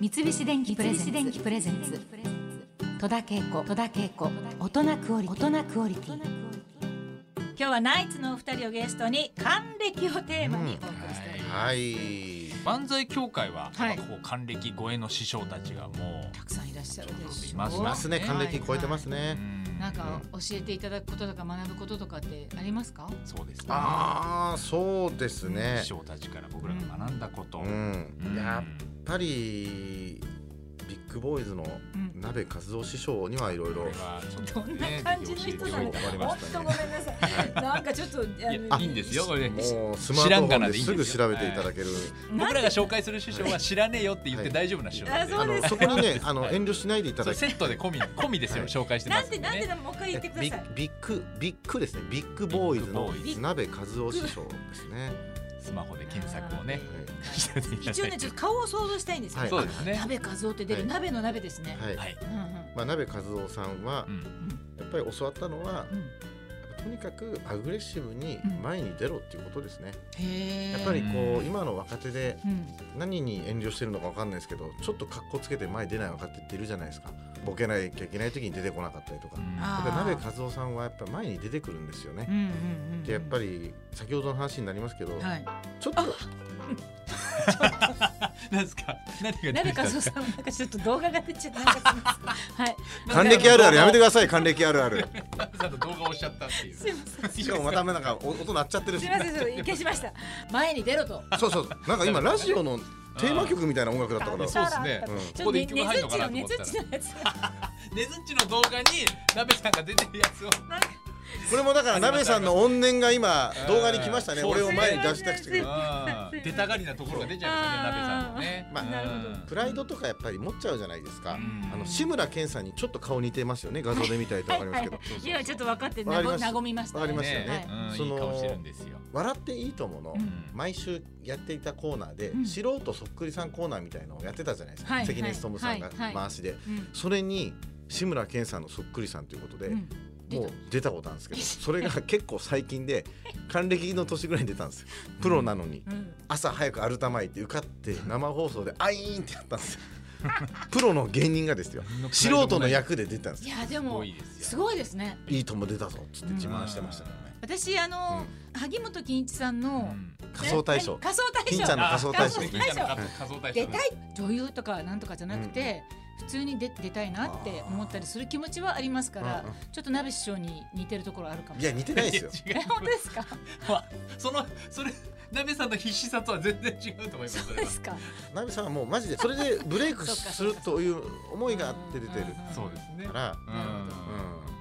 三菱電機プレゼンツ戸田恵子戸田恵子大人クオリティ大人クオリティ今日はナイツのお二人をゲストに還暦をテーマにお送りしております、はい。漫才協会は、はいやっぱこう還暦超えの師匠たちがもたくさんいらっしゃるでしょいますいますね。還暦超えてますう、うね。んなんか教えていただくこととか学ぶこととかってありますか？そうですねああ、そうですね師。匠たちから僕らが学んだこと、うんう。んやっぱりビッグボーイズのうん鍋和夫師匠にはいろいころれ。はちょっとどんなね感じの人なのか、教えてぜひいただきま本し当たねごめんなさい。なんかちょっと、ああいいんですよこ れもうスマ知らートフんかォらンでいいんですすよぐ調べていただける。僕らが紹介する師匠は知らねえよって言って大丈夫な師匠なんで、はあいのそこにね、あの遠慮しないでいたそだうきセットで込 み込みですよ、はい紹介してまなすんんでて、ねなんて、もう一回言ってくだビさい。ッビッグビッグですね。ビッグボーイズのビッグボーイズ鍋和夫師匠ですね。スマホで検索をねしていただい て一応ね、ちょっと顔を想像したいんですよ。はいそうですね鍋和夫って出る、はい鍋の鍋ですね。はい。はい、うんうんまあ鍋和夫さんはうん、やっぱり教わったのはうんとにかくアグレッシブに前に出ろっていうことですね。へえ。やっぱりこう今の若手でうん何に遠慮してるのかわかんないですけどちょっと格好つけて前出ない若手っているじゃないですかボケなきゃいけない時に出てこなかったりとか、うんあやっぱり鍋和夫さんはやっぱ前に出てくるんですよねう、んうんうん。でやっぱり先ほどの話になりますけど、はい。ちょっと何ですか何が出なてべきたかんですそかうさん、なんかちょっと動画が出ちゃった。なんかすいまはい。還暦あるあるやめてください還暦あるあるさんと動画をおっしゃったっていうせん。すいません。しかもまたなんかお音鳴っちゃってるしすいません、そう消しました。前に出ろと。そうそうそうなんか今ラジオのテーマ曲みたいな音楽だったからそうですねうんちょこっとこでね、一ね曲入るずっのちかの、なと思ねっずったらちのやつ。ねずっちの動画に鍋さんが出てるやつをこれもだから鍋さんの怨念が今動画に来ましたねそう俺を前に出したくすいてまあー出たがりなところが出ちゃいましたね鍋さんのねまあなるほどうんプライドとかやっぱり持っちゃうじゃないですか、うんあの志村けんさんにちょっと顔似てますよね画像で見たいとわかりますけどそうそうそう今ちょっと分かって、わかりまなした和みましたね。わかりましたよねうんそのいい顔してるんですよ笑っていいともの、ん毎週やっていたコーナーで、ん素人そっくりさんコーナーみたいのをやってたじゃないですか、はい関根勤さんがはいはい回しで、うんそれに志村けんさんのそっくりさんということで、うん出たもう出たことある んですけどそれが結構最近で還暦の年ぐらいに出たんですよプロなのに、うん朝早くアルタ前行って受かって生放送で「あいーん!」ってやったんですよプロの芸人がですよ素人の役で出たんですいよやですごもいですよすごいですね。いいとも出たぞっつって自慢してましたからね私あの萩本欽一さんの仮装大賞仮装大金ちゃん賞の仮装大賞あ金ちゃんの仮仮装大賞出たい女優とかなんとかじゃなくて、普通に出出たいなって思ったりする気持ちはありますから、うんうんちょっと鍋師匠に似てるところあるかもいしれやない。似てないですよいえや違 う本当ですか？わそのそれ鍋さんの必死さとは全然違うと思いますそれではすか？ナミさんはもうマジでそれでブレイクするという思いがあって出てるそうですねから、なるううんんわか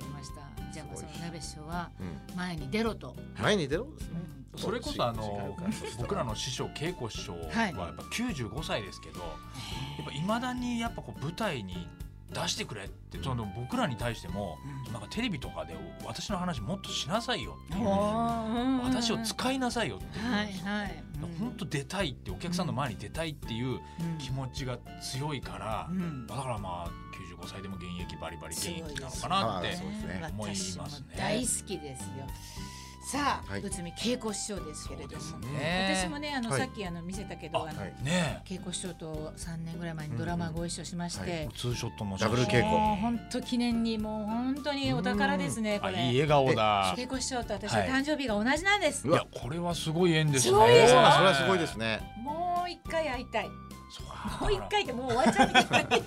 りました。じゃあまあすそごのい鍋師匠はうん、前に出ろと。前に出ろですねそれこそあの違う僕らの師匠恵子師匠ははやいっぱ95歳ですけど、やっぱいまだにやっぱこう舞台に出してくれってその僕らに対しても、なんかテレビとかで私の話もっとしなさいよっていう、私を使いなさいよっていう、はいはい。本当出たいってお客さんの前に出たいっていううん気持ちが強いから、うんだからまあ95歳でも現役バリバリ現役なのかまなっあてそうですね思いま私すねも大好きですよ。さあ、はい内海恵子師匠ですけれども、そうです私ねもねあの、はいさっきあの見せたけど、ああの、はいね恵子師匠と3年ぐらい前にドラマご一緒しまして、うんはえツーショットのダブル稽古もう本当記念にもう本当にお宝ですねこあいいれ。笑顔だ稽古師匠と私ははい誕生日が同じなんです。いやこれはすごい縁ですすね。ごいでしょそれはすごいですねもう一回会いたい。もそうう一回ってもう終わっちゃったけど。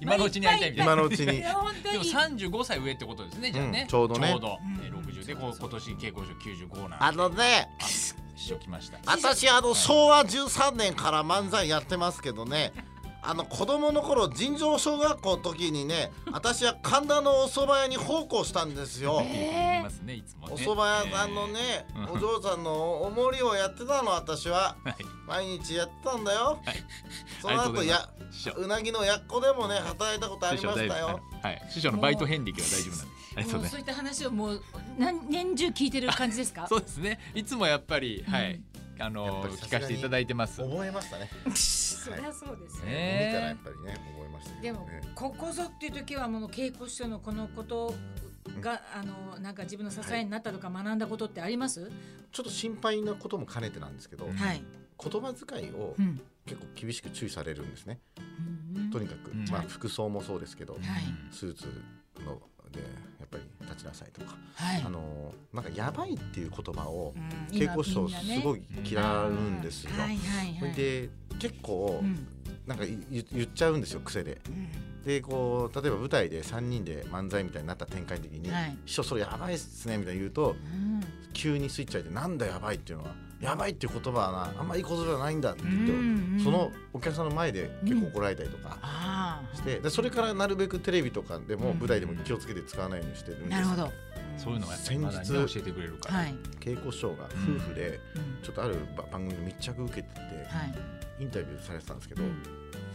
今のうちに会いたいみたいな。今のうちいにや本当でもに。三十五歳上ってことですね。じゃあね。うんちょうどねちょうどうんえー六十でこう今年稽古所九十五なんで。 あのねあ師匠来ました。私あの昭和13年から漫才やってますけどねあの子供の頃尋常小学校の時にね私は神田のお蕎麦屋に奉公したんですよえいますねいつもね。お蕎麦屋さんのね、えーお嬢さんのおもりをやってたの私はえー。はい。毎日やってたんだよ、はいそのありがとうご後ざいまやす師匠。うなぎのやっこでもね働いたことありました大よ丈夫はい。師匠のバイト遍歴は大丈夫なんで。ありがとうもごうざいそまういった話をもう何年中聞いてる感じですかす。。そうですね。いつもやっぱりはういあやっのぱりさ聞すがかにせていただいてます。覚えましたね、そりゃそうですよ。見たらやっね。ぱりね覚えましたけでどもねここぞっていう時はもう稽古師匠のこのことが、あのなんか自分の支えになったとか学んだことってあります？ちょっと心配なことも兼ねてなんですけど、うんはい。言葉遣いをうん結構厳しく注意されるんですね、うんとにかく、うんまあ、服装もそうですけど、はいスーツのでやっぱり立ちなさいとか、はいあのなんか「やばい」っていう言葉をうん稽古師今とみんなねすごい嫌うんですよ。はいはいはいで結構うんなんかい言言っちゃうんですよ癖で。うんでこう例えば舞台で3人で漫才みたいになった展開の時にはい「師匠それやばいっすね」みたいに言うとうん急にスイッチ入って「なんだやばい」っていうのは「やばい」っていう言葉はなあんまりいい言葉じゃないんだって言って、うんうんそのお客さんの前で結構怒られたりとか。あしてでそれからなるべくテレビとかでもうん舞台でも気をつけて使わないようにしてるんあでなるすほどそういうのがやっぱ先り日まだね教えてくれるから、はい稽古師匠が夫婦でうんちょっとあるば番組に密着受けててはいインタビューされてたんですけどうん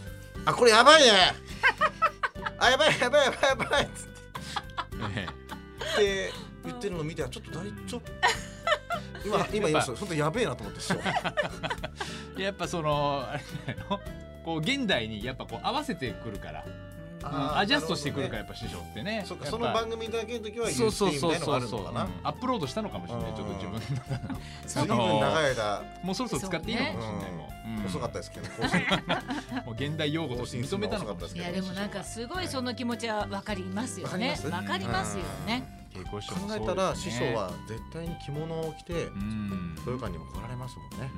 「あこれやばいね あやばいやばいやばいやばい」っつってっえて言ってるの見てちょっと大丈夫 今今言いました本当やべえなと思って師匠えやっぱそのあれじゃないのこう現代にやっぱこう合わせてくるから、あうんーアジャストしてくるからやっぱ師匠ってねそっかやっぱその番組だけの時は言ってみたいなのがあるのかうんなアップロードしたのかもしれなういんちょっと自分の中の随分長い間もうそろそろ使っていいのかもしれないもう、うん遅かったですけど更新 もう現代用語として認めたのかもしれないいやでもなんかすごいその気持ちはわかりますよねわわかりますかりますよね結婚して考もそえうですねたら師匠は絶対に着物を着てうん豊川にも来られますもんね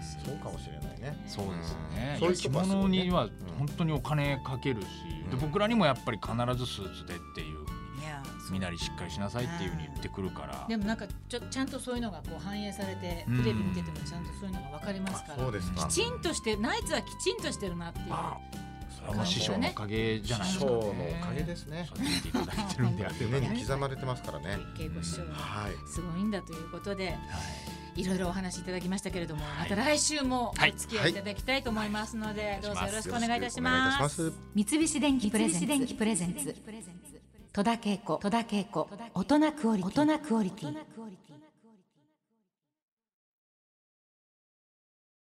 素晴らしいそうかもしれないねそうですね。そういう着人はすごいね物には本当にお金かけるし、うんで僕らにもやっぱり必ずスーツでっていういや身なりしっかりしなさいっていうふうに言ってくるから。でもなんかちょちゃんとそういうのがこう反映されてうんテレビ見ててもちゃんとそういうのがわかりますかそらうですきかちんとしてナイツはきちんとしてるなっていうあそれはもう感師じ匠だのおねかげじゃない師です匠か、ね。のおかげですねそう言っていただいてるんであれば胸ね。に刻まれてますからね稽古師匠がはいすごいんだということではいいろいろお話いただきましたけれどもまいた来週もはいお付き合いいただきたいと思いますのでどうぞよろしくお願いいたしよまろしくお願いいたしますす三菱電機プレゼンツ戸田恵子戸田恵子大人クオリティ大人クオリティ